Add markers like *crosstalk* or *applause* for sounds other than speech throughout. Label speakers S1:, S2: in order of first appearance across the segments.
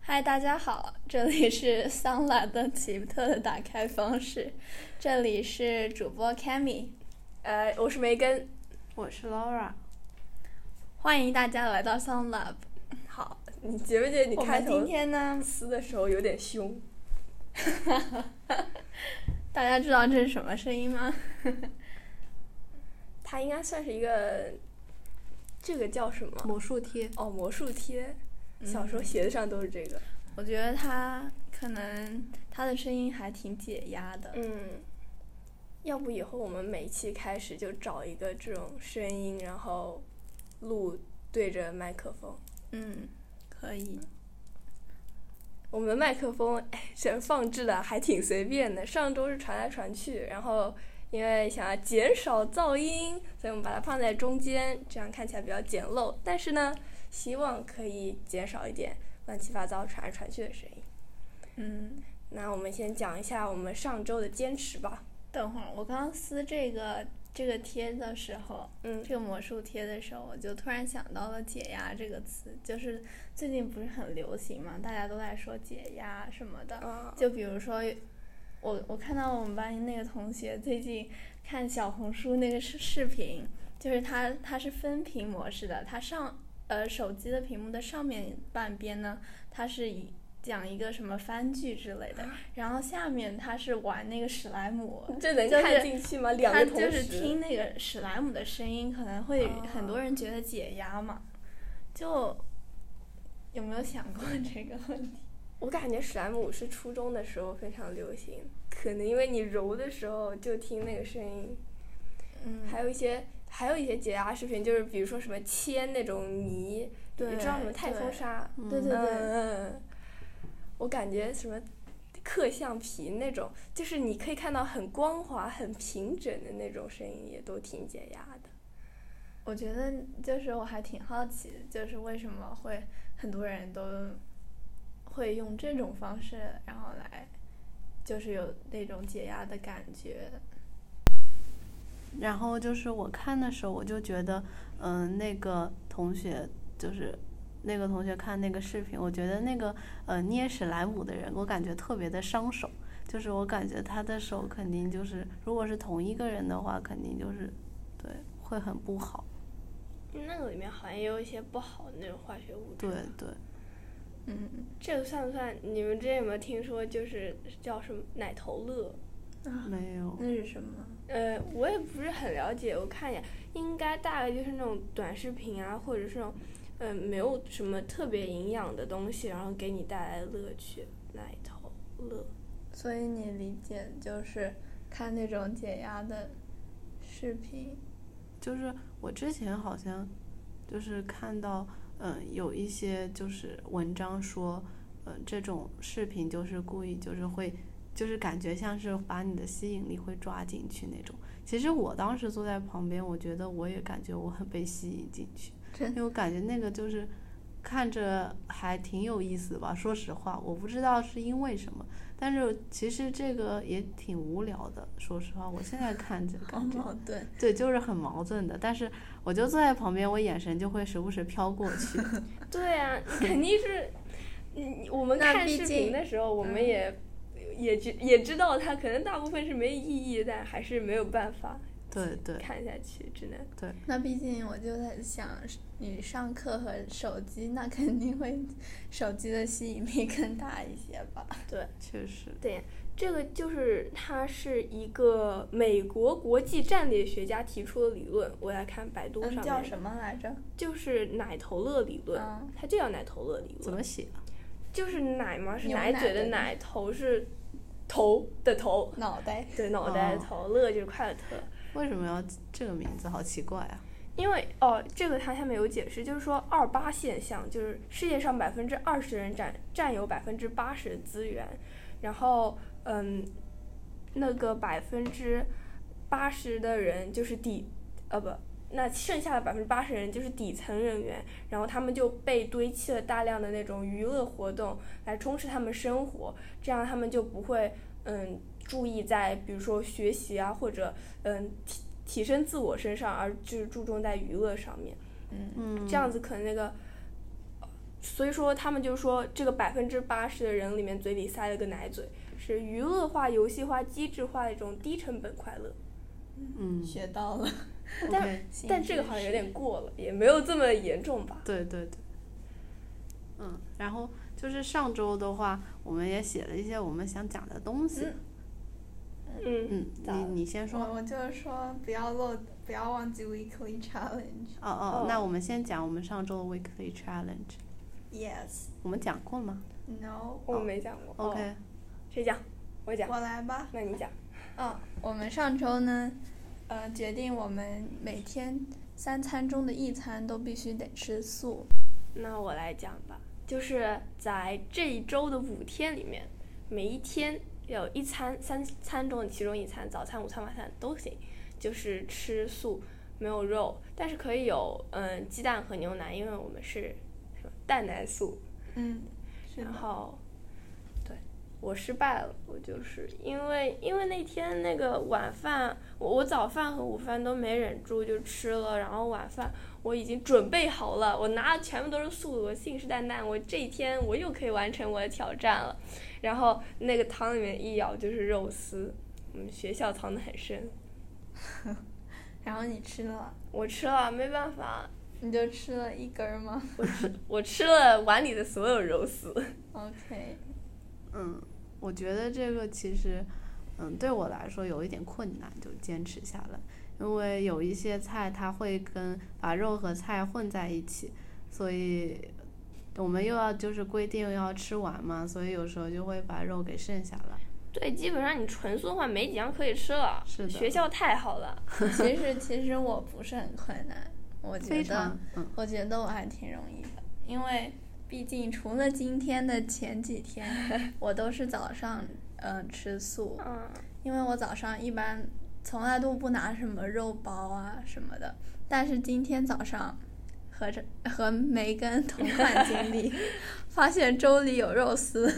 S1: 嗨，大家好，这里是桑兰的奇特的打开方式，这里是主播 Cammy，
S2: 呃，我是梅根，我是 Laura。
S1: 欢迎大家来到桑 Lab。
S2: 好，你觉不觉得你
S1: 我
S2: 开
S1: 们今
S2: 头
S1: 天呢，
S2: 撕的时候有点凶？
S1: 大家知道这是什么声音吗？
S2: 它应该算是一个，这个叫什么？
S3: 魔术贴，
S2: 哦，魔术贴。嗯
S1: 嗯
S2: 小时候鞋子上都是这个。
S1: 我觉得他可能他的声音还挺解压的。
S2: 嗯，要不以后我们每一期开始就找一个这种声音，然后录对着麦克风。
S1: 嗯，可以。
S2: 我们的麦克风 *laughs* 哎，这放置的还挺随便的。上周是传来传去，然后因为想要减少噪音，所以我们把它放在中间，这样看起来比较简陋。但是呢，希望可以减少一点乱七八糟传来传去的声音。
S1: 嗯，
S2: 那我们先讲一下我们上周的坚持吧。
S1: 等会儿我刚刚撕这个这个贴的时候，
S2: 嗯
S1: 这个魔术贴的时候，我就突然想到了“解压”这个词，就是最近不是很流行嘛，大家都在说解压什么的。
S2: 啊，
S1: 就比如说，我我看到我们班那个同学最近看小红书那个视视频，就是他他是分屏模式的，他上呃手机的屏幕的上面半边呢，它是一讲一个什么番剧之类的，然后下面他是玩那个史莱姆，
S2: 这能
S1: 就是
S2: 看进去吗？两
S1: 他
S2: 个同
S1: 就
S2: 时。
S1: 是听那个史莱姆的声音，可能会
S2: 哦
S1: 很多人觉得解压嘛，就有没有想过这个问题？
S2: 我感觉史莱姆是初中的时候非常流行，可能因为你揉的时候就听那个声音。
S1: 嗯
S2: 还有一些还有一些解压视频，就是比如说什么切那种泥，
S1: 对
S2: 你知道什么太空
S1: 对
S2: 沙？
S1: 对对
S2: 嗯
S1: 对
S2: 嗯，嗯我感觉什么刻橡皮那种，就是你可以看到很光滑、很平整的那种声音，也都挺解压的。
S1: 我觉得就是我还挺好奇的，就是为什么会很多人都会用这种方式，然后来就是有那种解压的感觉。
S3: 然后就是我看的时候，我就觉得，嗯、那个同学就是那个同学看那个视频，我觉得那个呃捏史莱姆的人，我感觉特别的伤手，就是我感觉他的手肯定就是，如果是同一个人的话，肯定就是对会很不好，
S2: 那个里面好像也有一些不好的那种化学物质。
S3: 对对，
S1: 嗯，
S2: 这个算不算？你们之前有没有听说，就是叫什么奶头乐？
S1: 嗯
S3: 没有，
S1: 啊那是什么？
S2: 呃，我也不是很了解，我看一眼，应该大概就是那种短视频啊，或者是那种，呃，没有什么特别营养的东西，然后给你带来的乐趣，奶头乐。
S1: 所以你理解就是看那种解压的视频，
S3: 就是我之前好像就是看到，嗯，有一些就是文章说，嗯，这种视频就是故意就是会，就是感觉像是把你的吸引力会抓进去那种。其实我当时坐在旁边，我觉得我也感觉我很被吸引进去，
S1: 真
S3: 因为我感觉那个就是看着还挺有意思吧。说实话，我不知道是因为什么，但是其实这个也挺无聊的。说实话，我现在看着
S1: 好
S3: 感觉。
S2: 哦
S1: *laughs* 矛盾。
S3: 对，就是很矛盾的。但是我就坐在旁边，我眼神就会时不时飘过
S2: *laughs*
S3: 去。
S2: 对啊，你肯定是，嗯，我们
S1: 那
S2: 看
S1: 毕
S2: 视
S1: 竟
S2: 频的时候，我们
S1: 嗯
S2: 也、也知也知道它可能大部分是没意义，但还是没有办法
S3: 对对
S2: 看下去，只能
S1: 那毕竟我就在想，你上课和手机，那肯定会手机的吸引力更大一些吧？
S2: 对。
S3: 确实，
S2: 对，这个就是它是一个美国国际战略学家提出的理论，我来看百度上面、
S1: 嗯，叫什么来着？
S2: 就是奶头乐理论，
S1: 嗯
S2: 它就叫奶头乐理
S3: 怎
S2: 论，
S3: 么写啊？
S2: 就是奶嘛是
S1: 牛
S2: 奶
S1: 奶
S2: 嘴的
S1: 的
S2: 奶，头是头的头，
S1: 脑袋。
S2: 对，脑袋的
S3: 哦
S2: 头，乐就是快乐的乐。
S3: 为什么要这个名字？好奇怪啊！
S2: 因为哦，这个它下面有解释，就是说二八现象，就是世界上百分之二十人占占有百分之八十的资源，然后嗯，那个百分之八十的人就是底呃不，那剩下的百分之八十人就是底层人员，然后他们就被堆砌了大量的那种娱乐活动来充实他们生活，这样他们就不会嗯注意在比如说学习啊或者嗯提提升自我身上，而就是注重在娱乐上面，
S1: 嗯，
S3: 嗯，
S2: 这样子可能那个所以说他们就说这个百分之八十的人里面嘴里塞了个奶嘴，是娱乐化、游戏化、机制化的一种低成本快乐。
S3: 嗯
S1: 学到了，
S2: 但
S3: ，OK，
S2: 但这个好像有点过了，也没有这么严重吧？
S3: 对对对，嗯，然后就是上周的话，我们也写了一些我们想讲的东西。
S2: 嗯，
S3: 嗯，
S1: 咋了
S3: 你你先说。
S1: 我我就是说不要漏，不要忘记 weekly *laughs* challenge。
S3: 哦哦
S2: 哦，
S3: 那我们先讲我们上周的 weekly challenge，
S1: Yes,
S3: 我们讲过吗
S1: no，
S2: 我没讲过。哦
S3: ？OK，
S2: 谁讲？我讲。
S1: 我来吧。
S2: 那你讲。
S1: 嗯，我们上周呢，呃，决定我们每天三餐中的一餐都必须得吃素。
S2: 那我来讲吧，就是在这一周的五天里面，每一天有一餐三餐中的其中一餐，早餐、午餐、晚餐都行，就是吃素，没有肉，但是可以有嗯鸡蛋和牛奶，因为我们是什么蛋奶素。
S1: 嗯，是
S2: 然
S1: 的。
S2: 后，对我失败了，我就是因为因为那天那个晚饭，我我早饭和午饭都没忍住就吃了，然后晚饭我已经准备好了，我拿的全部都是素的，我信誓旦旦，我这一天我又可以完成我的挑战了。然后那个汤里面一咬就是肉丝，我们学校藏得很深，
S1: 然后你吃了，
S2: 我吃了啊没办法，
S1: 你就吃了一根儿吗
S2: 我吃了碗里的所有肉丝。
S1: ？OK，
S3: 嗯，我觉得这个其实，嗯，对我来说有一点困难，就坚持下来，因为有一些菜它会跟把肉和菜混在一起，所以我们又要就是规定要吃完嘛，所以有时候就会把肉给剩下来。
S2: 对，基本上你纯素的话没几样可以吃了。
S3: 是的
S2: 学校太好了。
S1: 其实其实我不是很困难，我觉
S3: 非
S1: 得
S3: 常，嗯，
S1: 我觉得我还挺容易的，因为毕竟除了今天的前几天，我都是早上呃吃素，
S2: 嗯
S1: 因为我早上一般从来都不拿什么肉包啊什么的，但是今天早上和这和梅根同款经
S3: *laughs*
S1: 历，发现粥里有肉丝，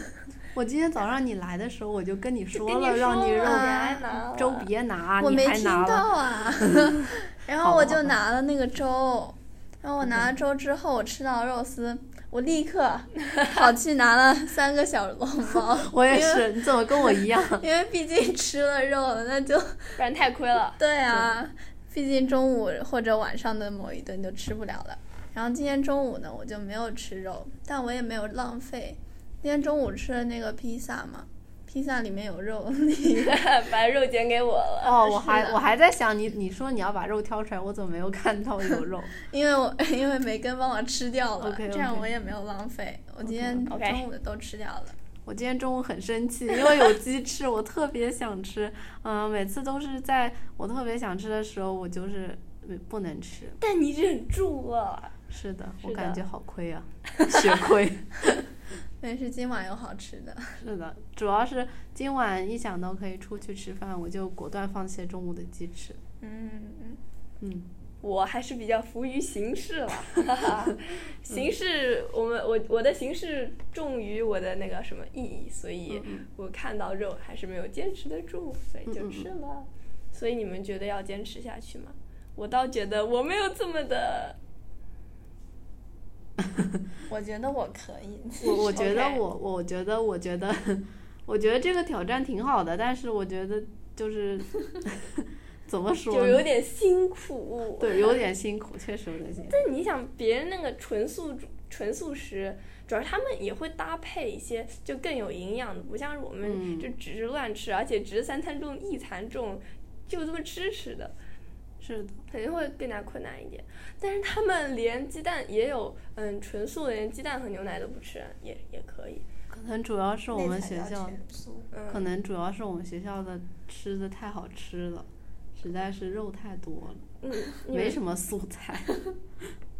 S3: 我今天早上你来的时候，我就跟你说了，
S2: 跟你
S3: 让你
S2: 说
S3: 肉
S2: 了
S1: 啊
S2: 别拿了
S3: 粥别拿，
S1: 我
S3: 你
S1: 没
S3: 还
S1: 听
S3: 拿了。
S1: 到啊，
S3: *laughs*
S1: 然后
S3: 好
S1: 我
S3: 吧好
S1: 就
S3: 吧，
S1: 拿了那个粥。然后我拿了粥之后，我吃到肉丝，我立刻 *laughs* 跑去拿了三个小笼包
S3: 我也是，你怎么跟我一
S1: *laughs*
S3: 样？
S1: 因为毕竟吃了肉了，那就
S2: 不然太亏
S3: *laughs*
S2: 了。 *laughs*
S1: 对啊，毕竟中午或者晚上的某一顿就吃不了了。然后今天中午呢，我就没有吃肉，但我也没有浪费。今天中午吃的那个披萨嘛，披萨里面有肉，
S2: 把肉捡给我了。
S3: 哦，我还
S1: 是的
S3: 我还在想你，你说你要把肉挑出来，我怎么没有看到有肉？
S1: 因为我因为梅根帮我吃掉了
S3: OK，OK
S1: 这样我也没有浪费。我今天
S2: OK，OK
S1: 中午的都吃掉了。
S3: 我今天中午很生气，因为有鸡翅，我特别想吃。 *laughs* 嗯、每次都是在我特别想吃的时候，我就是嗯不能吃。
S2: 但你忍住了。
S3: 是的，
S2: 是
S3: 我感
S2: 的
S3: 觉好
S2: *laughs*
S3: 亏啊，血亏。
S1: 但是今晚有好吃的，
S3: 是的，主要是今晚一想到可以出去吃饭，我就果断放弃中午的鸡翅。
S1: 嗯，
S3: 嗯，
S2: 我还是比较服于形式了， *laughs* 哈哈。
S3: 嗯
S2: 形式，我们我我的形式重于我的那个什么意义，所
S3: 嗯
S2: 以我看到肉还是没有坚持得住，所以
S3: 嗯
S2: 就吃了。所以你们觉得要坚持下去吗？我倒觉得我没有这么的，
S1: 我觉得我可以。
S2: *laughs*
S3: 我我觉得
S2: OK
S3: 我我觉得我觉得 *laughs* 我觉得这个挑战挺好的，但是我觉得就是 *laughs* 怎么说
S2: 就
S3: 呢
S2: 有点辛苦。
S3: 对，有点辛苦，确实有点辛苦。
S2: 但你想，别人那个纯素主纯素食，主要是他们也会搭配一些就更有营养的，不像是我们
S3: 嗯
S2: 就只是乱吃，而且只是三餐中一餐中就这么吃吃的，
S3: 是的，
S2: 肯定会更加困难一点。但是他们连鸡蛋也有，嗯，纯素的连鸡蛋和牛奶都不吃，也也可以。
S3: 可能主要是我们学
S1: 那才叫
S3: 校，
S1: 全素
S2: 嗯，
S3: 可能主要是我们学校的吃的太好吃了，实在是肉太多了，
S2: 嗯，你
S3: *laughs* 没
S2: 们
S3: 什么素菜。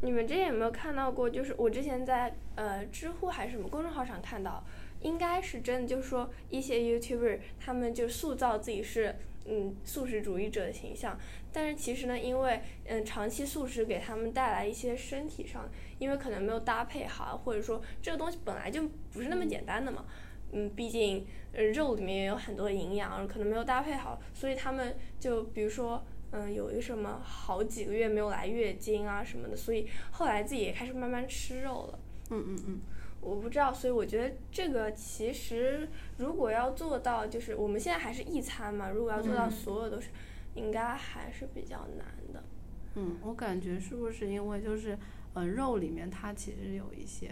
S2: 你们之前有没有看到过？就是我之前在呃知乎还是什么公众号上看到，应该是真的，就是说一些 YouTuber 他们就塑造自己是嗯素食主义者的形象，但是其实呢，因为嗯长期素食给他们带来一些身体上，因为可能没有搭配好，啊或者说这个东西本来就不是那么简单的嘛。嗯，毕竟呃肉里面也有很多营养，可能没有搭配好，所以他们就比如说嗯，有一什么好几个月没有来月经啊什么的，所以后来自己也开始慢慢吃肉了。
S3: 嗯嗯嗯，
S2: 我不知道，所以我觉得这个其实如果要做到，就是我们现在还是一餐嘛，如果要做到
S1: 嗯
S2: 所有都是，应该还是比较难的。
S3: 嗯，我感觉是不是因为就是，呃，肉里面它其实有一些，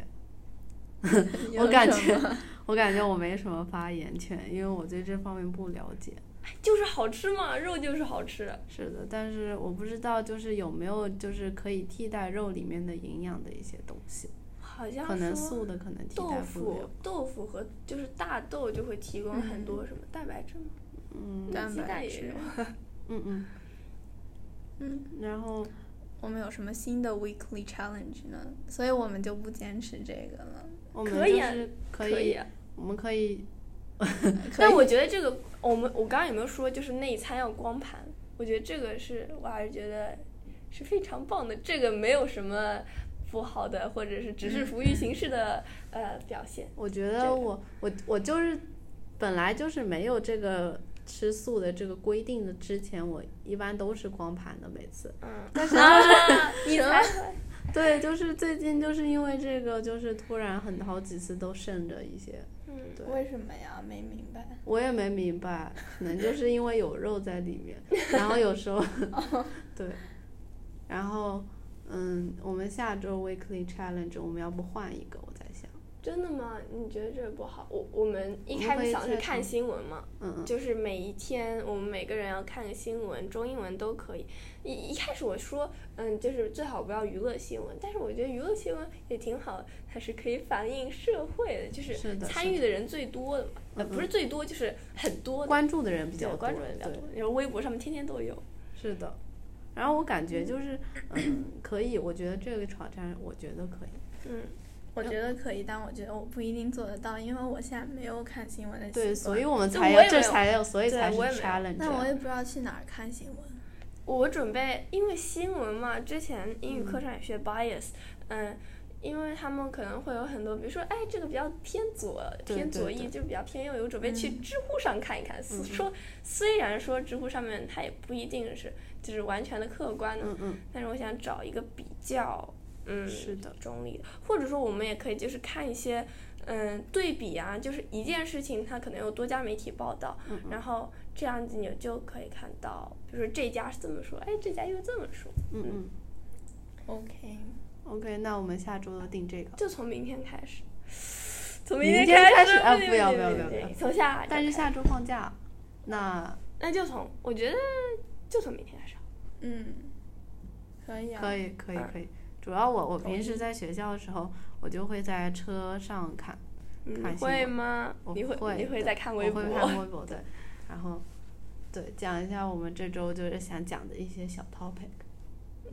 S3: 我感觉我感觉我没什么发言权，因为我对这方面不了解。
S2: 哎就是好吃嘛，肉就是好吃。
S3: 是的，但是我不知道就是有没有就是可以替代肉里面的营养的一些东西，
S2: 好像
S3: 可能
S2: 说
S3: 素的可能替代
S2: 豆
S3: 不
S2: 腐
S3: 了。、
S2: 豆腐和就是大豆就会提供很多什么蛋白质嘛，
S3: 嗯
S1: 蛋
S2: 鸡蛋
S1: 白
S2: 也
S1: 质
S2: 有。。
S3: 嗯嗯，
S1: 嗯，
S3: 然后
S1: 我们有什么新的 weekly challenge 呢？所以我们就不坚持这个
S3: *laughs*
S1: 了。
S3: 我们
S2: 可
S3: 就
S2: 以啊
S3: 是可
S2: 可以啊，
S3: 我们可以，
S1: 可以
S2: 但我觉得这个，我们我刚刚有没有说，就是那一餐要光盘？我觉得这个是，我还是觉得是非常棒的，这个没有什么不好的，或者是只是浮于形式的呃表现。
S3: 我觉
S2: 这
S3: 得
S2: 个
S3: 我我我就是本来就是没有这个吃素的这个规定的之前，我一般都是光盘的每次。
S2: 嗯，
S3: 但是
S2: 啊，你才
S3: 对，就是最近就是因为这个，就是突然很好几次都剩着一些，
S2: 嗯，
S3: 对
S1: 为什么呀？没明白。
S3: 我也没明白，可能就是因为有肉在里面，然后有
S2: *laughs*
S3: 时候
S2: 哦
S3: *laughs* 对，然后嗯，我们下周 weekly challenge 我们要不换一个？我在想，
S2: 真的吗？你觉得这不好？我我们一
S3: 我们
S2: 开
S3: 可以
S2: 始想
S3: 再
S2: 是看
S3: 重
S2: 新闻嘛，
S3: 嗯嗯，
S2: 就是每一天我们每个人要看个新闻，中英文都可以。一一开始我说，嗯，就是最好不要娱乐新闻，但是我觉得娱乐新闻也挺好，它是可以反映社会的，就是
S3: 是的
S2: 参
S3: 是
S2: 与的人最多的嘛，呃，
S3: 嗯
S2: 不
S3: 嗯
S2: 是最多，就是很多的，
S3: 关注的人比
S2: 比
S3: 较多，
S2: 关注的人比较
S3: 对
S2: 多，然后微博上面天天都有。
S3: 是的。然后我感觉就是，嗯，可以，我觉得这个挑战，我觉得可以。
S2: 嗯，
S1: 我觉得可以，但我觉得我不一定做得到，因为我现在没有看新闻的习惯。
S3: 对，所以我们
S2: 对
S3: 才
S2: 我
S3: 要，
S2: 也
S3: 这
S2: 没有
S3: 才要，所以
S2: 对
S3: 才是
S2: 我也没有
S3: challenge。
S1: 但我也不知道去哪儿看新闻。
S2: 我准备，因为新闻嘛，之前英语课上也学 bias，嗯。因为他们可能会有很多，比如说，哎，这个比较偏左，
S3: 对
S2: 偏
S3: 对
S2: 左
S3: 对
S2: 翼，就比较偏右。有准备去
S1: 嗯
S2: 知乎上看一看，
S3: 嗯嗯
S2: 说虽然说知乎上面它也不一定是就是完全的客观的，
S3: 嗯嗯，
S2: 但是我想找一个比较，嗯，
S3: 是的，
S2: 中立的，或者说我们也可以就是看一些，嗯，对比啊，就是一件事情它可能有多家媒体报道，
S3: 嗯嗯
S2: 然后这样子你就可以看到，比如说这家是这么说，哎，这家又这么说，
S3: 嗯嗯
S1: OK，
S3: ，OK，那我们下周就定这个。
S2: 就从明天开始，从
S3: 明
S2: 明
S3: 天开
S2: 开
S3: 始啊
S2: 不行
S3: 不要
S2: 行
S3: 不要
S2: 行
S3: 不要
S2: 行
S3: 不要
S2: 从下周开始，
S3: 但是下周放假，那
S2: 那就从我觉得就从明天开始，啊
S1: 嗯，可以啊。
S3: 可以可以
S2: 嗯
S3: 可以。主要我我
S1: 同
S3: 平时
S1: 意
S3: 在学校的时候，我就会在车上看，
S2: 嗯
S3: 看
S2: 你
S3: 新闻
S2: 会吗
S3: 我？
S2: 你
S3: 会
S2: 你
S3: 对
S2: 会在看
S3: 我
S2: 微
S3: 会
S2: 博？
S3: 看 *laughs* 微博对，然后对讲一下我们这周就是想讲的一些小 topic。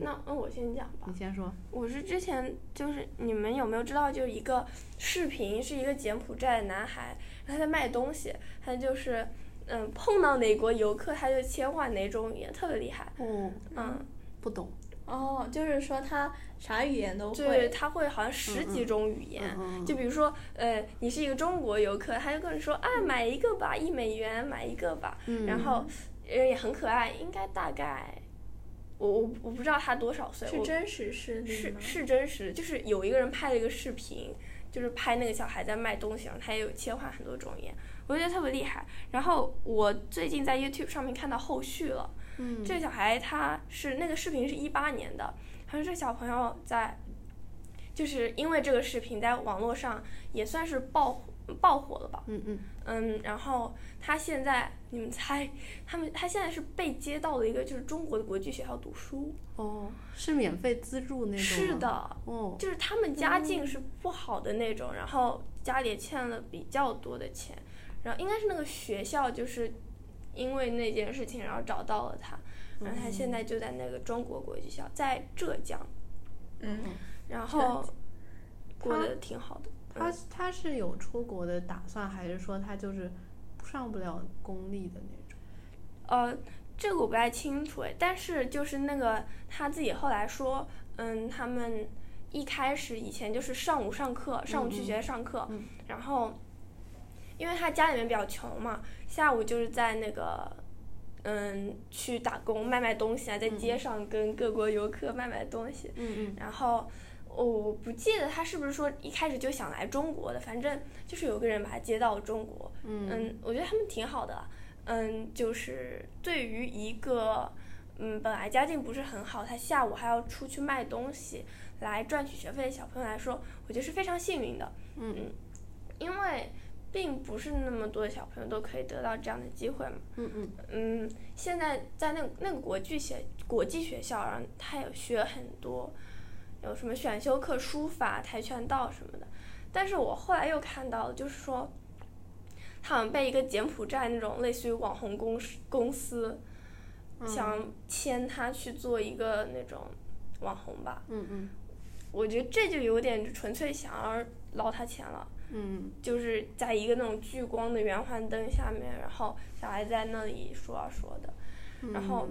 S2: 那那我先讲吧
S3: 你。先说，
S2: 我是之前就是你们有没有知道，就是一个视频是一个柬埔寨的男孩，然后他在卖东西，他就是嗯碰到哪国游客他就切换哪种语言，特别厉害。
S3: 哦，
S2: 嗯，
S3: 不懂，
S1: 哦，就是说他啥语言都
S2: 就是
S1: 会。
S2: 他会好像十
S3: 嗯
S2: 几
S3: 嗯
S2: 种语言。
S3: 嗯
S2: 就比如说，呃，你是一个中国游客，他就跟你说啊，买一个吧，一美元买一个吧，
S3: 嗯，
S2: 然后人也很可爱，应该大概，我我我不知道他多少岁，
S1: 是
S2: 我
S1: 真实
S3: 嗯
S1: 事例
S2: 是
S1: 吗？
S2: 是真实，就是有一个人拍了一个视频，就是拍那个小孩在卖东西，然后他也有切换很多种语言，我觉得特别厉害。然后我最近在 YouTube 上面看到后续了，
S3: 嗯
S2: 这个小孩他是那个视频是一八年的，他说这小朋友在，就是因为这个视频在网络上也算是爆爆火了吧，
S3: 嗯嗯，
S2: 嗯，然后他现在你们猜，他们他现在是被接到了一个就是中国的国际学校读书，
S3: 哦，是免费资助那种，
S2: 是，的，
S3: 哦，
S2: 就是他们家境是不好的那种，然后家里也欠了比较多的钱，然后应该是那个学校就是因为那件事情，然后找到了他，然后他现在就在那个中国国际学校，在浙江，
S1: 嗯，
S2: 然后过
S3: 他
S2: 得挺好的。
S3: 他他是有出国的打算，还是说他就是上不了公立的那种？
S2: 呃，这个我不太清楚哎，但是就是那个他自己后来说，嗯，他们一开始以前就是上午上课，上午去
S3: 嗯
S2: 学校上课，
S3: 嗯
S2: 然后因为他家里面比较穷嘛，下午就是在那个。嗯，去打工卖卖东西啊，在
S3: 嗯
S2: 街上跟各国游客卖卖东西，
S3: 嗯嗯
S2: 然后我我不记得他是不是说一开始就想来中国的，反正就是有个人把他接到中国。
S3: 嗯
S2: 嗯，我觉得他们挺好的。嗯，就是对于一个嗯本来家境不是很好，他下午还要出去卖东西来赚取学费的小朋友来说，我觉得是非常幸运的，
S3: 嗯
S2: 因为并不是那么多的小朋友都可以得到这样的机会嘛。
S3: 嗯嗯
S2: 嗯，现在在那那个国际学国际学校，然后他有学很多，有什么选修课、书法、跆拳道什么的。但是我后来又看到，就是说，他好像被一个柬埔寨那种类似于网红公司公司
S3: 嗯，
S2: 想签他去做一个那种网红吧。
S3: 嗯嗯
S2: 我觉得这就有点纯粹想要捞他钱了。
S3: 嗯
S2: 就是在一个那种聚光的圆环灯下面，然后小孩在那里说啊说的。
S3: 嗯，
S2: 然后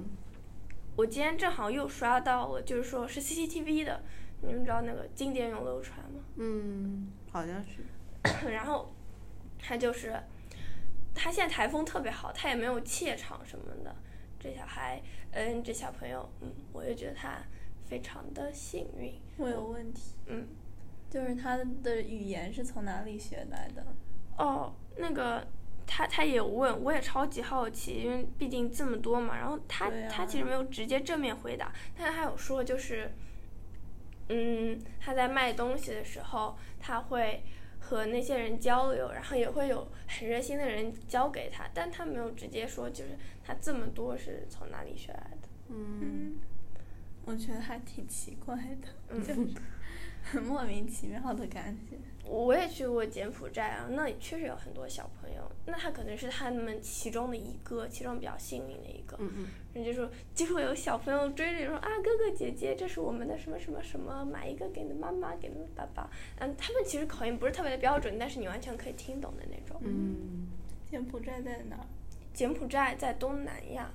S2: 我今天正好又刷到了，就是说是 CCTV 的，你们知道那个经典永流传吗？ *coughs*
S3: 嗯，好像是，
S2: 然后他就是他现在台风特别好，他也没有怯场什么的。这小孩，嗯，这小朋友，嗯，我就觉得他非常的幸运，
S1: 我有问题，
S2: 嗯，
S1: 就是他的语言是从哪里学来的？
S2: 哦，那个他他也有问，我也超级好奇，因为毕竟这么多嘛。然后他、
S1: 对啊
S2: 他其实没有直接正面回答，但是他有说就是，嗯，他在卖东西的时候，他会和那些人交流，然后也会有很热心的人教给他，但他没有直接说就是他这么多是从哪里学来的。
S3: 嗯，
S1: 我觉得还挺奇怪的，
S2: 嗯
S1: 就是很莫名其妙的感觉。
S2: 我也去过柬埔寨啊，那里确实有很多小朋友，那他可能是他们其中的一个，其中比较幸运的一个。
S3: 嗯嗯
S2: 人家说，就会有小朋友追着说啊，哥哥姐姐，这是我们的什么什么什么，买一个给你的妈妈，给你的爸爸。嗯，他们其实口音不是特别的标准，但是你完全可以听懂的那种。
S3: 嗯
S1: 柬埔寨在哪儿？
S2: 柬埔寨在东南亚，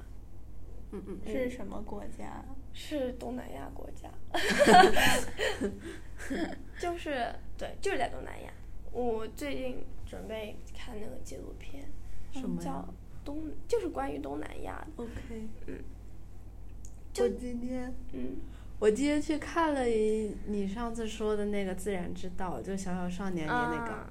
S3: 嗯嗯，
S1: 是什么国家？
S2: 是东南亚国
S3: *laughs*
S2: 家，就是对，就是在东南亚。我最近准备看那个纪录片，
S3: 什么呀
S2: 叫东，就是关于东南亚的。
S3: ？OK，
S2: 嗯，
S3: 我今天。
S2: 嗯，
S3: 我今天去看了一你上次说的那个《自然之道》，就《小小少年》里那个，
S2: 啊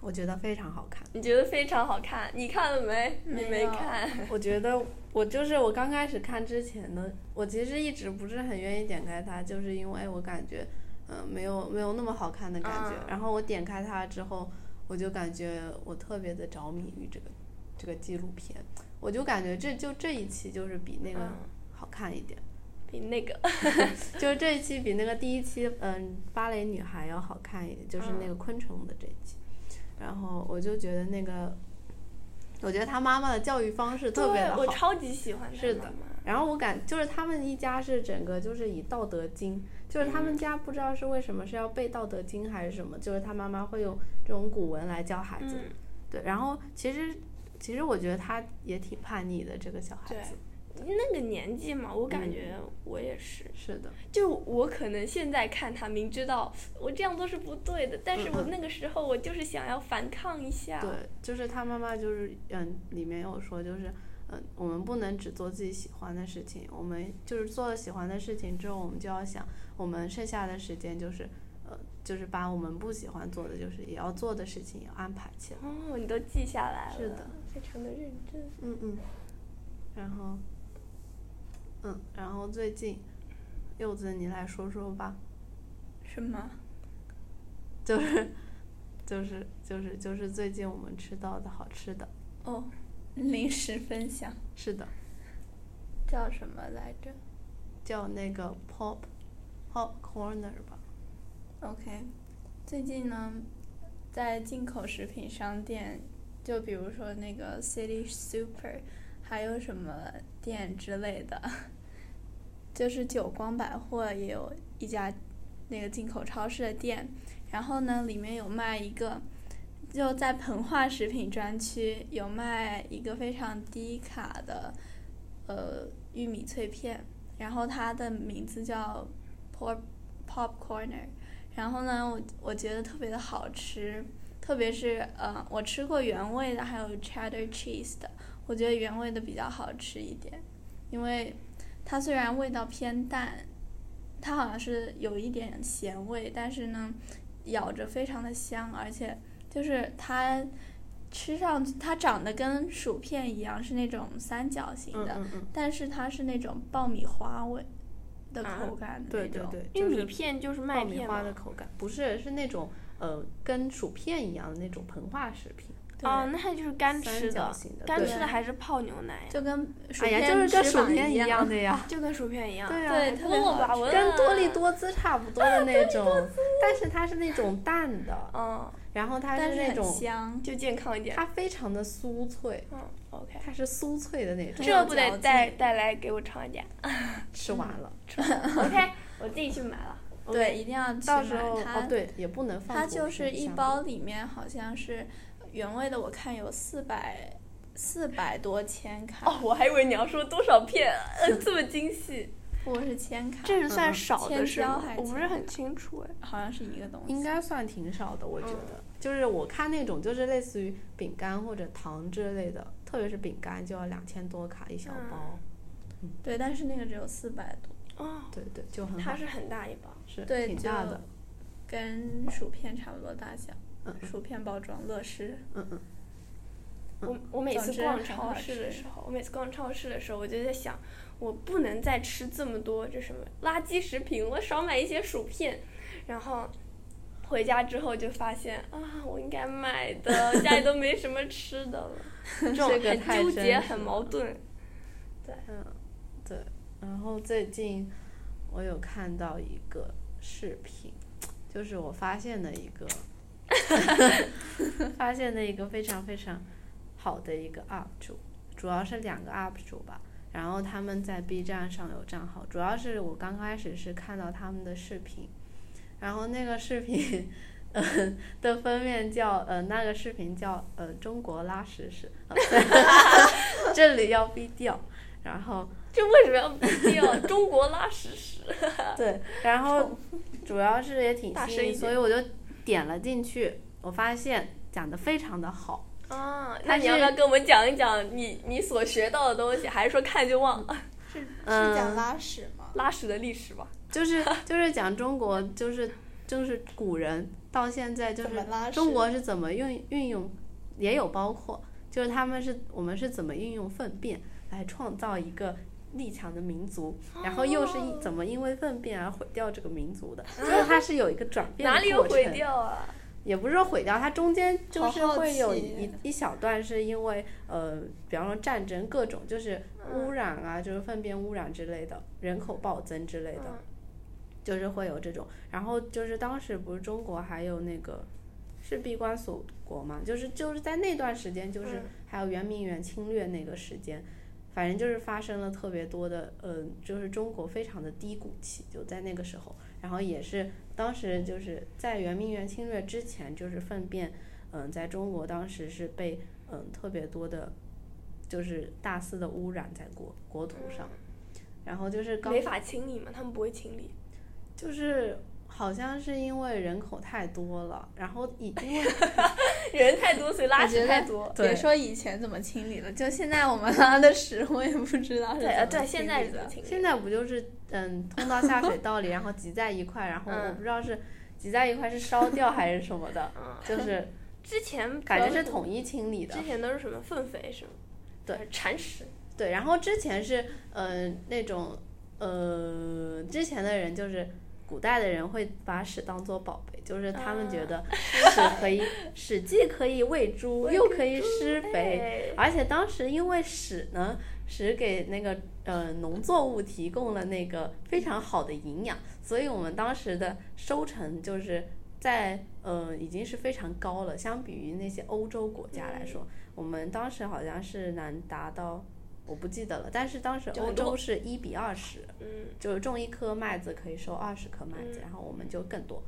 S3: 我觉得非常好看。
S2: 你觉得非常好看，你看了没？你
S1: 没
S2: 没
S1: 有
S2: 看。
S3: 我觉得我就是我刚开始看之前呢，我其实一直不是很愿意点开它，就是因为我感觉，嗯、没有没有那么好看的感觉。
S2: 嗯
S3: 然后我点开它之后，我就感觉我特别的着迷于这个这个纪录片，我就感觉这就这一期就是比那个
S2: 嗯
S3: 好看一点。
S2: 比那个
S3: 就是这一期比那个第一期，嗯，芭蕾女孩要好看一点，就是
S2: 嗯
S3: 那个昆虫的这一期。然后我就觉得那个，我觉得他妈妈的教育方式特别的
S2: 对我
S3: 好。
S2: 超级喜欢他
S3: 是
S2: 妈
S3: 的
S2: 妈
S3: 然后我感就是他们一家是整个就是以《道德经》，就是他们家不知道是为什么是要背《道德经》还是什么，就是他妈妈会用这种古文来教孩子。
S2: 嗯
S3: 对，然后其实其实我觉得他也挺叛逆的这个小孩
S2: 对
S3: 子。
S2: 那个年纪嘛，我
S3: 嗯
S2: 感觉我也是，
S3: 是的，
S2: 就我可能现在看他，明知道我这样做是不对的，但是
S3: 嗯
S2: 我
S3: 嗯
S2: 那个时候我就是想要反抗一下。
S3: 对，就是他妈妈就是嗯，里面有说就是嗯，我们不能只做自己喜欢的事情，我们就是做了喜欢的事情之后，我们就要想，我们剩下的时间就是呃，就是把我们不喜欢做的，就是也要做的事情也安排起来。
S2: 哦，你都记下来了，
S3: 是的，
S2: 非常的认真。
S3: 嗯嗯，然后嗯，然后最近柚子你来说说吧，
S1: 是吗？
S3: 就是就是就是就是最近我们吃到的好吃的，
S1: 哦，临时分享
S3: 是的，
S1: 叫什么来着
S3: 叫那个 pop pop corner 吧。
S1: ？OK，最近呢，在进口食品商店，就比如说那个 City Super，还有什么店之类的，就是久光百货也有一家那个进口超市的店，然后呢，里面有卖一个。就在膨化食品专区有卖一个非常低卡的，呃，玉米脆片，然后它的名字叫 Pop Pop Corner，然后呢，我我觉得特别的好吃，特别是呃，我吃过原味的，还有 cheddar cheese 的，我觉得原味的比较好吃一点，因为它虽然味道偏淡，它好像是有一点咸味，但是呢，咬着非常的香，而且就是它吃上去它长得跟薯片一样，是那种三角形
S3: 嗯
S1: 的，
S3: 嗯嗯，
S1: 但是它是那种爆米花味的
S2: 啊
S1: 口感的
S3: 对
S1: 那
S3: 对
S1: 种。
S3: 对，
S2: 玉
S3: 就是
S2: 米片就是麦
S3: 爆米
S2: 片
S3: 花的
S2: 嘛。
S3: 口感，不是是那种呃跟薯片一样的那种膨化食品，
S1: 对
S2: 哦，
S3: 啊
S2: 那它就是干
S3: 三
S2: 吃
S3: 角
S2: 的，
S3: 形的，
S2: 干
S3: 对
S2: 吃的还是泡牛奶呀？
S1: 就跟薯
S3: 哎
S1: 片、
S3: 呀，就是跟
S1: 吃法
S3: 薯片
S1: 一
S3: 样的呀，
S2: 就跟薯片一样。
S3: *laughs* 对啊
S1: 对，特别
S2: 我吧
S1: 好吃
S2: 我
S3: 跟多
S1: 嗯
S3: 利多滋差不多的那
S1: *laughs*
S3: 种，但是它是那种淡的，
S2: 嗯，
S3: 然后它
S1: 但是
S3: 那
S1: 很
S3: 种
S1: 香。
S2: 就健康一点。
S3: 它非常的酥脆，
S2: 嗯，OK，
S3: 它是酥脆的那种，
S1: 很
S2: 这
S1: 有
S2: 不
S1: 嚼
S2: 得
S1: 劲
S2: 带带来给我尝一下
S1: 嗯
S3: 吃完了，
S2: ？OK，我自己去买了。
S1: 对，一定要去
S3: 到时
S1: 买
S3: 候
S1: 它
S3: 哦对，也不能放
S1: 它
S3: 火
S1: 就是一
S3: 香
S1: 包里面好像是原味的，我看有四百四百多千卡，
S2: 哦，我还以为你要说多少片，呃，这么精细，
S1: 或者是千卡，
S2: 这是
S3: 嗯
S2: 算少的
S1: 千
S2: 是吗
S1: 椒还？是
S2: 我不是很清楚哎。
S1: 好像是一个东西。
S3: 应该算挺少的，我觉
S1: 嗯
S3: 得。就是我看那种，就是类似于饼干或者糖之类的，特别是饼干就要两千多卡一小包，
S1: 嗯对，但是那个只有四百多，
S2: 哦，
S3: 对对，就很
S2: 它
S3: 好，
S2: 是很大一包。
S3: 是
S1: 对
S3: 挺
S1: 就
S3: 大的，
S1: 跟薯片差不多大小，
S3: 嗯嗯
S1: 薯片包装，乐事。
S3: 嗯嗯，嗯
S2: 我我每次
S1: 总之
S2: 逛
S1: 很
S2: 超
S1: 好
S2: 市的
S1: 吃
S2: 时候，我每次逛超市的时候，我就在想，我不能再吃这么多这什么垃圾食品，我少买一些薯片。然后回家之后就发现啊，我应该买的，家里都没什么吃的了，这种
S3: 这个
S2: 很
S3: 太
S2: 纠
S3: 真
S2: 结，
S3: 实
S2: 很矛盾。
S3: 嗯，对。然后最近我有看到一个视频，就是我发现的一个，发现的一个非常非常好的一个 UP 主，主要是两个 UP 主吧。然后他们在 B 站上有账号，主要是我刚开始是看到他们的视频，然后那个视频，嗯的封面叫呃那个视频叫呃中国拉屎屎， *laughs* 呃这里要逼掉，然后
S2: 这为什么要低调？中国拉屎屎，
S3: *laughs* 对，然后主要是也挺
S2: 大声
S3: 新
S2: 一
S3: 颖，所以
S2: 点
S3: 我就点了进去，我发现讲的非常的好。
S2: 啊，那
S3: 它
S2: 你要不要
S3: 是
S2: 跟我们讲一讲你你所学到的东西，还是说看就忘了？ *laughs*
S1: 是
S3: 嗯讲
S1: 拉屎吗？
S2: 拉屎的历史吧。
S3: 就是就是讲中国，就是就是古人到现在就
S1: 怎
S3: 是
S1: 么拉
S3: 中
S1: 屎
S3: 国是怎么运运用，也有包括就是他们是我们是怎么运用粪便来创造一个力强的民族，然后又是一怎么因为粪便而毁掉这个民族的，就是它是有一个转变
S2: 哪
S3: 的
S2: 里有
S3: 过
S2: 毁
S3: 程
S2: 掉啊？
S3: 也不是说毁掉，它中间就
S1: 好
S3: 是
S1: 好
S3: 会有
S1: 奇
S3: 一一小段是因为呃，比方说战争各种就是污
S1: 嗯
S3: 染啊，就是粪便污染之类的，人口暴增之类的，
S2: 嗯
S3: 就是会有这种。然后就是当时不是中国还有那个是闭关锁国嘛，就是就是在那段时间，就是
S2: 嗯
S3: 还有圆明园侵略那个时间。反正就是发生了特别多的，嗯、就是中国非常的低谷期，就在那个时候，然后也是当时就是在圆明园侵略之前，就是粪便，嗯、在中国当时是被嗯、特别多的，就是大肆的污染在国国土上，然后就是刚
S2: 没法清理嘛，他们不会清理。 *laughs*
S3: 就是好像是因为人口太多了，然后以因为
S2: 人太多，所以拉
S1: 我
S2: 屎
S1: 觉
S2: 太
S1: 得
S2: 多。
S1: 多
S3: 对
S1: 别说以前怎么清理了，就现在我们拉的屎，我也不知道是
S2: 对呃，
S1: 怎么
S2: 对，现在
S1: 清理
S2: 是怎么
S1: 的。
S2: 清理？
S3: 现在不就是嗯通到下水道里，然后集在一块，然后我
S2: 嗯
S3: 不知道是集在一块是烧掉还是什么的，
S2: 嗯，
S3: 就是
S2: 之前
S3: 感觉是
S2: 主要
S3: 统一清理的
S2: 之。前都是什么粪肥什么，
S3: 对，
S2: 铲屎。
S3: 对，然后之前是呃那种呃之前的人就是。古代的人会把屎当做宝贝，就是他们觉得屎可以，屎既可以喂猪，
S2: 喂
S3: 又
S2: 个
S3: 可以施肥，
S2: 哎
S3: 而且当时因为屎呢，屎给那个呃农作物提供了那个非常好的营养，所以我们当时的收成就是在呃已经是非常高了，相比于那些欧洲国家来说，
S2: 嗯
S3: 我们当时好像是能达到。我不记得了，但是当时
S2: 就
S3: 欧
S2: 很多
S3: 洲是一比二十，
S2: 嗯，
S3: 就是种一颗麦子可以收二十颗麦子，
S2: 嗯
S3: 然后我们就更多。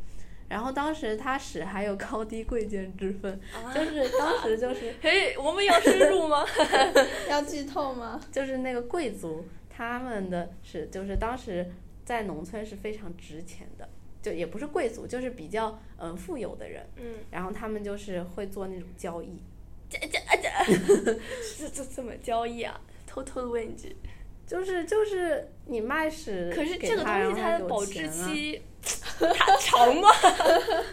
S3: 然后当时它屎还有高低贵贱之分，
S2: 啊
S3: 就是当
S2: *laughs*
S3: 时就是
S2: 嘿，我们要深入吗？ *laughs*
S1: 要剧透吗？
S3: 就是那个贵族，他们的是就是当时在农村是非常值钱的，就也不是贵族，就是比较嗯、呃富有的人，
S2: 嗯，
S3: 然后他们就是会做那种交易，
S2: 这这这这这怎么交易啊？偷偷的问一句，
S3: 就是就是你卖屎
S1: 可是
S3: 呃给
S1: 这个
S3: 他
S1: 东西
S3: 然后
S1: 它
S3: 他
S1: 的
S3: 有
S1: 保质
S3: 钱啊
S1: 期它长吗？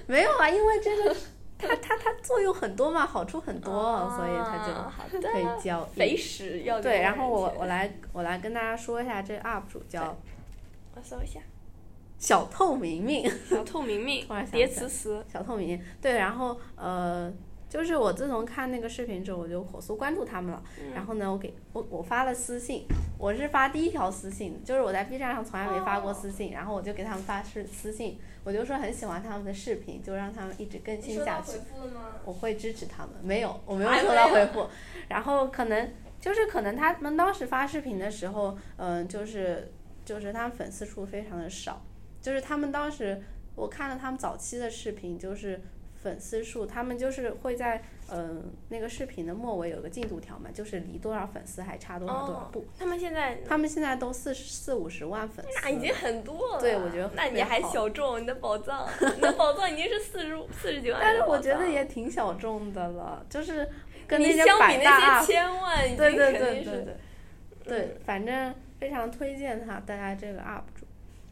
S3: 没有啊，因为这个它它它作用很多嘛，好处很 *laughs* 多，所以它
S1: 啊
S3: 就
S1: 好
S3: 可
S1: 的
S3: 以交易。
S1: 肥食要
S3: 嗯对，
S1: 给
S3: 然后我
S1: 人
S3: 我来我来跟大家说一下，这 UP 主叫
S2: 我搜一
S3: *laughs*
S2: 下，
S3: 小透明明，
S2: 小透明命
S3: 突然想
S2: 叠
S3: 起来
S2: 词词，
S3: 小透明对，然后呃，就是我自从看那个视频之后，我就火速关注他们了。然后呢，我给我我发了私信，我是发第一条私信，就是我在 B 站上从来没发过私信，然后我就给他们发私私信，我就说很喜欢他们的视频，就让他们一直更新下去。
S2: 复了吗？
S3: 我会支持他们，没有，我没
S1: 啊
S3: 有
S2: 还
S3: 收到
S2: 没
S3: 回
S2: 有
S3: 复。然后可能就是可能他们当时发视频的时候，嗯、就是就是他们粉丝数非常的少，就是他们当时我看了他们早期的视频，就是粉丝数，他们就是会在嗯、那个视频的末尾有个进度条嘛，就是离多少粉丝还差多少多少
S2: 哦
S3: 步。
S2: 他们现在
S3: 他们现在都四十四五十万粉丝了，
S1: 那已经很多了。
S3: 对我觉得
S1: 那
S3: 非
S1: 你还
S3: 常好
S1: 小众，你的宝
S2: *laughs*
S1: 藏，你的宝藏已经是四十四十几万的宝藏。
S3: 但是我觉得也挺小众的了，就是跟
S1: 你
S3: 些
S1: 相比
S3: 百大 UP
S1: 那些千万，已经
S3: 对对
S1: 肯
S3: 对
S1: 定
S3: 对
S1: 是
S2: 嗯
S3: 对，对，反正非常推荐他，大家这个 UP 主。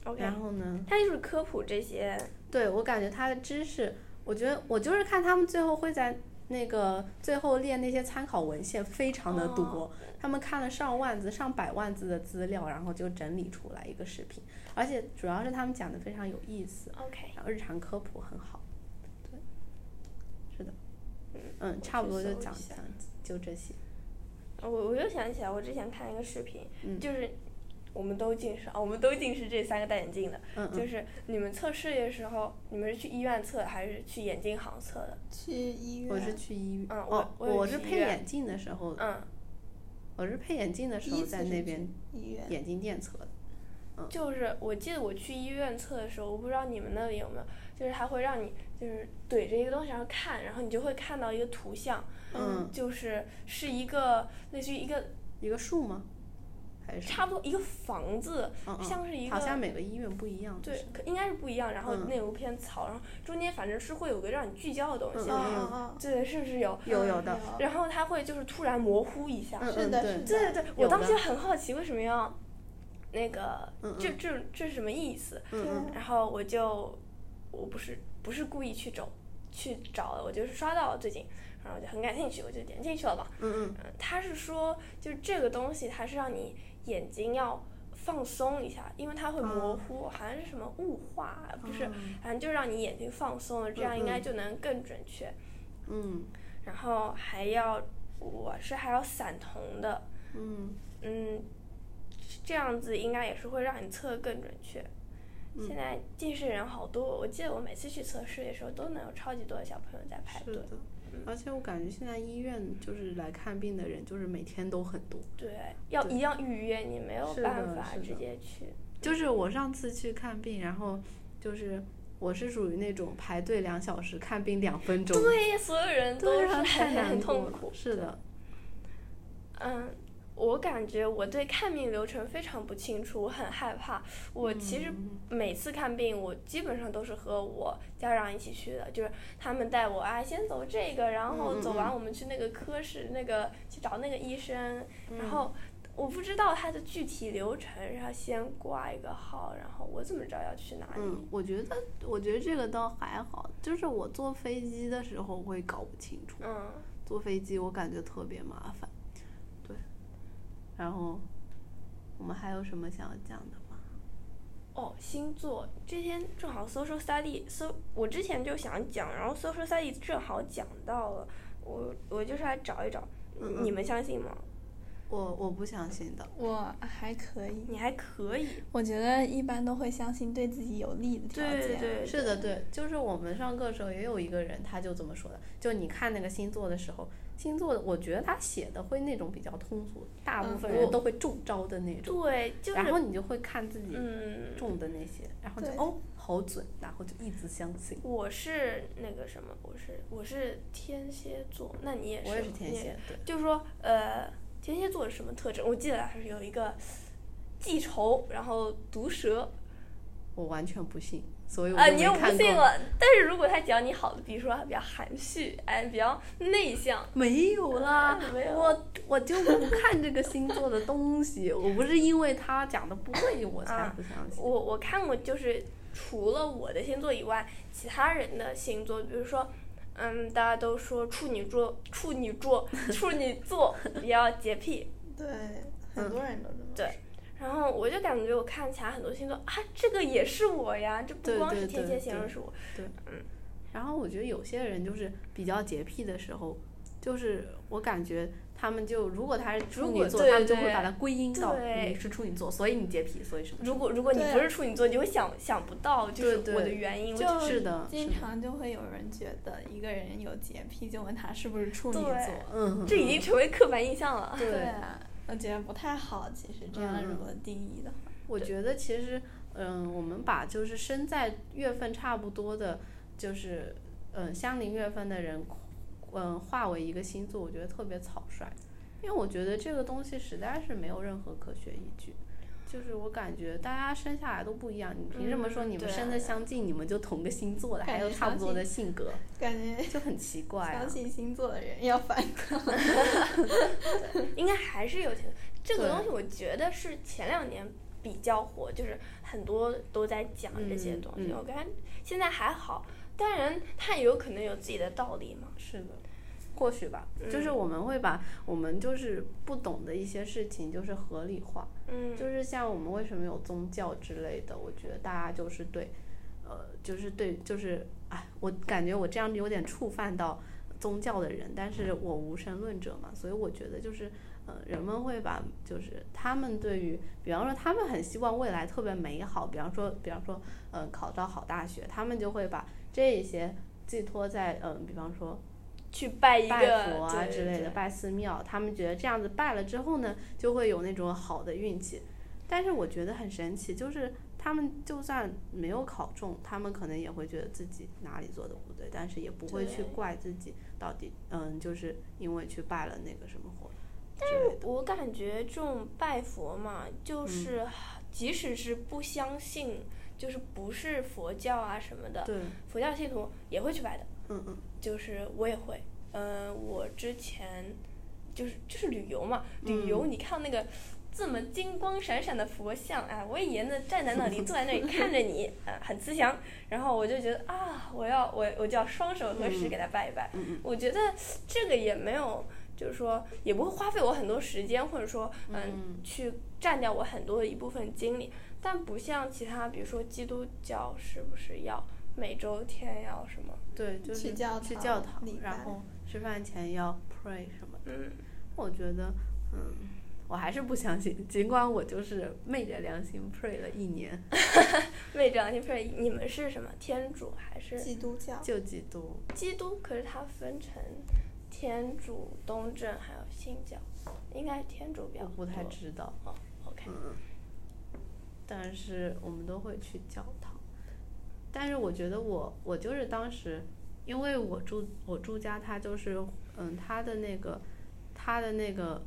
S2: OK，
S3: 然后呢，
S2: 他就是科普这些，
S3: 对我感觉他的知识，我觉得我就是看他们最后会在那个最后列那些参考文献，非常的多，
S2: 哦
S3: 他们看了上万字、上百万字的资料，然后就整理出来一个视频，而且主要是他们讲的非常有意思，
S2: OK，
S3: 然后日常科普很好。对，是的，嗯，差
S2: 去
S3: 不多就
S2: 搜一
S3: 讲
S2: 下
S3: 讲就这些。
S2: 我我又想起来，我之前看一个视频，
S3: 嗯
S2: 就是我们都近视啊，我们都近视这三个戴眼镜的，
S3: 嗯
S2: 就
S3: 嗯，
S2: 是你们测视力的时候，你们是去医院测还是去眼镜行测的？
S1: 去医院。
S3: 我是去医院，
S2: 嗯我
S3: 哦，
S2: 我也
S3: 我
S2: 去
S3: 是
S2: 医
S3: 配
S2: 院
S3: 眼镜的时候
S2: 嗯，
S3: 我是配眼镜的时候
S1: 一次
S3: 在
S1: 是
S3: 那
S1: 去
S3: 边
S1: 医院
S3: 眼镜店测的，
S2: 就是我记得我去医院测的时候，我不知道你们那里有没有，就是它会让你就是怼着一个东西然后看，然后你就会看到一个图像，
S3: 嗯，
S2: 就是是一个类似于一个
S3: 一个数吗？还是什么
S2: 差不多一个房子，
S3: 嗯嗯，
S2: 像是一个
S3: 好像每个医院不一样，就
S2: 对
S3: 是，
S2: 可应该是不一样。然后
S3: 嗯
S2: 那有片草，然后中间反正是会有个让你聚焦的东西，
S3: 嗯嗯
S1: 啊
S2: 对，是不是有？
S3: 有有的，
S1: 啊
S2: 然后它会就是突然模糊一下。
S3: 嗯
S1: 是
S3: 嗯
S1: 的
S3: 对
S1: 是的
S2: 对对对，我
S3: 有
S2: 当
S3: 的
S2: 时就很好奇为什么要那个，
S3: 嗯
S2: 这
S3: 嗯
S2: 这这是什么意思？
S3: 嗯嗯，
S2: 然后我就我不是不是故意去找去找的，我就是刷到了最近，然后我就很感兴趣，我就点进去了吧。
S3: 嗯嗯
S2: 嗯，他是说就这个东西，它是让你眼睛要放松一下，因为它会模
S3: 啊
S2: 糊，好像是什么雾化，不是
S3: 啊，
S2: 反正就让你眼睛放松了，这样应该
S3: 嗯嗯
S2: 就能更准确。
S3: 嗯
S2: 然后还要我是还要散瞳的，
S3: 嗯
S2: 嗯，这样子应该也是会让你测得更准确。
S3: 嗯
S2: 现在近视人好多，我记得我每次去测试的时候，都能有超级多的小朋友在排
S3: 是
S2: 队
S3: 的。。而且我感觉现在医院就是来看病的人，就是每天都很多。
S2: 对，要
S3: 对
S2: 一定要预约，你没有
S3: 是
S2: 办
S3: 的
S2: 法
S3: 是
S2: 直
S3: 的
S2: 接去。
S3: 就是我上次去看病，然后就是我是属于那种排队两小时，看病两分钟，
S2: 对，所有人都
S3: 对
S2: 是
S3: 啊，
S2: 很
S3: 太
S2: 很
S3: 难
S2: 很
S3: 过
S2: 痛
S3: 了
S2: 苦。
S3: 是的，
S2: 嗯，我感觉我对看病流程非常不清楚，我很害怕。我其实
S3: 嗯
S2: 每次看病，我基本上都是和我家长一起去的，就是他们带我啊，先走这个，然后
S3: 嗯嗯
S2: 走完
S3: 嗯
S2: 我们去那个科室，那个去找那个医生，然后。
S3: 嗯
S2: 我不知道它的具体流程，然后先挂一个号，然后我怎么知道要去哪里？
S3: 嗯，我觉得，我觉得这个倒还好，就是我坐飞机的时候会搞不清楚，
S2: 嗯，
S3: 坐飞机我感觉特别麻烦，对。然后我们还有什么想要讲的吗？
S2: 哦，星座这天正好 social study 搜，我之前就想讲，然后 social study 正好讲到了，我我就是来找一找，
S3: 嗯嗯
S2: 你们相信吗？
S3: 我我不相信的，
S1: 我还可以，
S2: 你还可以，
S1: 我觉得一般都会相信对自己有利的条件。
S2: 对对
S3: 是的，对，就是我们上课的时候也有一个人，他就这么说的，就你看那个星座的时候，星座的我觉得他写的会那种比较通俗，大部
S1: 嗯
S3: 分
S2: 我
S3: 人都会中招的那种，
S2: 对，就
S3: 然后
S2: 是
S3: 你就会看自己
S2: 嗯，
S3: 中的那些，然后就
S1: 对
S3: 哦好准，然后就一直相信。
S2: 我是那个什么，我是我是天蝎座，那你也是，
S3: 我也是天
S2: 你，
S3: 蝎，对，
S2: 就是说呃，天蝎座是什么特征？我记得还是有一个记仇，然后毒舌，
S3: 我完全不信，所以我
S2: 啊，
S3: 就
S2: 你又
S3: 没
S2: 不
S3: 看
S2: 信
S3: 够。
S2: 我。但是如果他讲你好的，比如说他比较含蓄，哎，比较内向，
S3: 啊没有啦，
S2: 没有
S3: 我我就不看这个星座的东西， *laughs* 我不是因为他讲的不对我才
S2: 啊
S3: 不相信。
S2: 我我看过，就是除了我的星座以外，其他人的星座，比如说，嗯，大家都说处女座，处女座，处女座比较洁癖，
S1: 对，
S3: 嗯
S1: 很多人都这么
S2: 对然后我就感觉我看起来很多星座啊，这个也是我呀，这
S3: 对
S2: 不光
S3: 对
S2: 是天
S3: 对
S2: 蝎星
S3: 对
S2: 座是我，
S3: 然后我觉得有些人就是比较洁癖的时候，就是我感觉他们就如果他是
S2: 如
S3: 处
S2: 果
S3: 女座，
S2: 对
S3: 他们就
S2: 对
S3: 会把它归因到
S2: 对
S3: 你是处女座，所以你洁癖，所以什么什么。
S2: 如果如果你
S1: 对
S2: 不是处女座，你会想想不到就是
S3: 啊对对
S2: 我的原因，我
S1: 就是是
S3: 是的，嗯是
S1: 经
S3: 的，
S1: 常就会有人觉得一个人有洁癖，就问他是不是处女
S2: 对
S1: 座。
S3: 嗯，
S2: 这已经成为刻板印象了。
S1: 对
S3: 对。
S1: 啊，我觉得不太好。其实这样
S3: 嗯
S1: 如果定义的话，
S3: 我觉得其实，嗯，我们把就是生在月份差不多的，就是嗯相邻月份的人，嗯化为一个星座，我觉得特别草率，因为我觉得这个东西实在是没有任何可学依据。就是我感觉大家生下来都不一样，你凭什么说
S2: 嗯
S3: 你们
S2: 对啊
S3: 生的相近，你们就同个星座的，还
S1: 感觉
S3: 有差不
S1: 相
S3: 多的
S2: *laughs*
S3: 性格，
S1: 感觉
S3: 就很奇怪啊
S1: 相。信星座的人要反抗。
S2: 应该还是有钱。这个
S3: 对
S2: 东西我觉得是前两年比较火，就是很多都在讲这些东西。
S3: 嗯嗯
S2: 我感觉现在还好，当然它也有可能有自己的道理嘛。
S3: 是的，或许吧，就是
S2: 嗯
S3: 我们会把我们就是不懂的一些事情，就是合理化。
S2: 嗯，
S3: 就是像我们为什么有宗教之类的，我觉得大家就是对，呃，就是对，就是哎，我感觉我这样有点触犯到宗教的人，但是我无神论者嘛，所以我觉得就是，呃，人们会把就是他们对于，比方说他们很希望未来特别美好，比方说，比方说，嗯、考到好大学，他们就会把这一些寄托在，嗯、比方说
S2: 去拜一个
S3: 拜佛啊
S2: 对
S3: 之类的，
S2: 对
S3: 拜寺庙，他们觉得这样子拜了之后呢，就会有那种好的运气。但是我觉得很神奇，就是他们就算没有考中，他们可能也会觉得自己哪里做的不对，但是也不会去
S2: 对
S3: 怪自己到底，嗯，就是因为去拜了那个什么火之类的。
S2: 我感觉这种拜佛嘛，
S3: 嗯
S2: 就是即使是不相信，就是不是佛教啊什么的，
S3: 对，
S2: 佛教信徒也会去拜的。
S3: 嗯嗯，
S2: 就是我也会，嗯、我之前就是就是旅游嘛，
S3: 嗯
S2: 旅游你看那个这么金光闪闪的佛像，哎，我也沿着站在那里，坐在那里看着
S3: *laughs*
S2: 你，啊、很慈祥，然后我就觉得啊，我要我我就要双手合十给他拜一拜，
S3: 嗯
S2: 我觉得这个也没有。就是说，也不会花费我很多时间，或者说，嗯，去占掉我很多的一部分精力。但不像其他，比如说基督教，是不是要每周天要什么？
S3: 对，就是
S1: 去教
S3: 去
S1: 堂
S3: 教堂
S1: 礼，
S3: 然
S1: 拜
S3: 后吃饭前要 pray 什么的。
S2: 嗯，
S3: 我觉得，嗯，我还是不相信，尽管我就是昧着良心 pray 了一年，
S2: 昧着良心说，你们是什么天主还是
S1: 基督教
S3: 就基督。
S2: 基督？可是它分成天主、东正还有新教，应该是天主比较
S3: 我不太
S2: 多
S3: 知道，
S2: 哦，OK，
S3: 嗯，但是我们都会去教堂。但是我觉得我我就是当时，因为我住我住家，他就是嗯，他的那个他的那个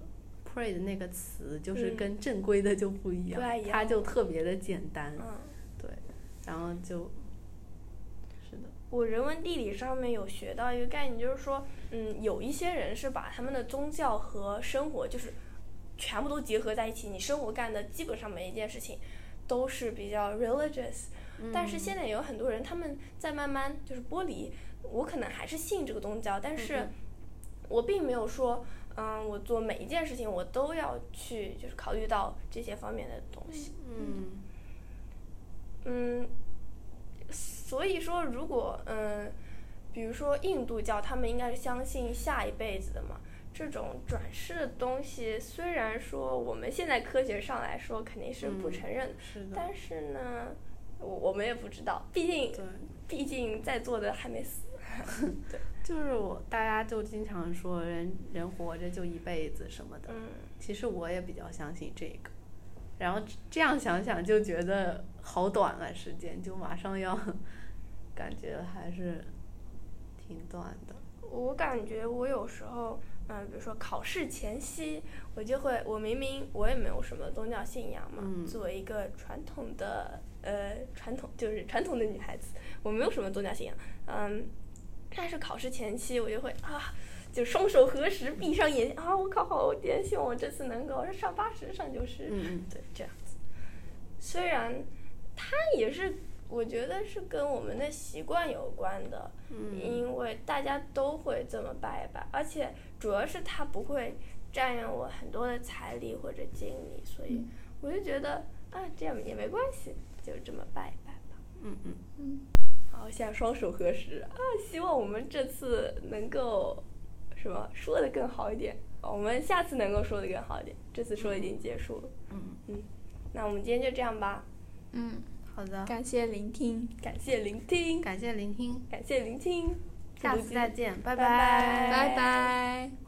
S3: pray 的那个词，就是
S2: 嗯
S3: 跟正规的就不一样，
S2: 不太一
S3: 他
S2: 样
S3: 就特别的简单，
S2: 嗯，
S3: 然后就，是的，
S2: 我人文地理上面有学到一个概念，就是说，嗯，有一些人是把他们的宗教和生活就是全部都结合在一起，你生活干的基本上每一件事情都是比较 religious，、但是现在有很多人他们在慢慢就是剥离，我可能还是信这个宗教，但是我并没有说，嗯，我做每一件事情我都要去就是考虑到这些方面的东西。
S3: 嗯
S2: 嗯，所以说，如果嗯，比如说印度教，他们应该是相信下一辈子的嘛。这种转世的东西，虽然说我们现在科学上来说肯定是不
S3: 嗯
S2: 承认的，
S3: 是的，
S2: 但是呢，我我们也不知道，毕竟
S3: 对。
S2: 毕竟在座的还没死。
S3: 就是我，大家就经常说人人活着就一辈子什么的，
S2: 嗯，
S3: 其实我也比较相信这个，然后这样想想就觉得好短啊，时间就马上要，感觉还是挺短的。
S2: 我感觉我有时候，嗯、比如说考试前夕，我就会，我明明我也没有什么宗教信仰嘛，
S3: 嗯
S2: 作为一个传统的呃传统就是传统的女孩子，我没有什么宗教信仰，嗯，但是考试前期我就会啊，就双手合十，闭上眼睛啊，我考好，我点希望我这次能够上八十，上九十，
S3: 嗯嗯，
S2: 对，这样子。虽然它也是，我觉得是跟我们的习惯有关的，
S3: 嗯
S2: 因为大家都会这么拜一拜，而且主要是它不会占用我很多的财力或者精力，所以我就觉得啊，这样也没关系，就这么拜一拜吧。
S3: 嗯嗯，
S2: 好，现在双手合十啊，希望我们这次能够什么说的更好一点，我们下次能够说的更好一点。这次说已经结束了，
S3: 嗯
S2: 嗯，那我们今天就这样吧，
S1: 嗯，
S3: 好的，
S1: 感谢聆听。
S2: 感谢聆听，
S3: 感谢聆听，
S2: 感谢聆听，
S1: 哎
S3: 下次再见，拜
S2: 拜拜
S1: 拜拜。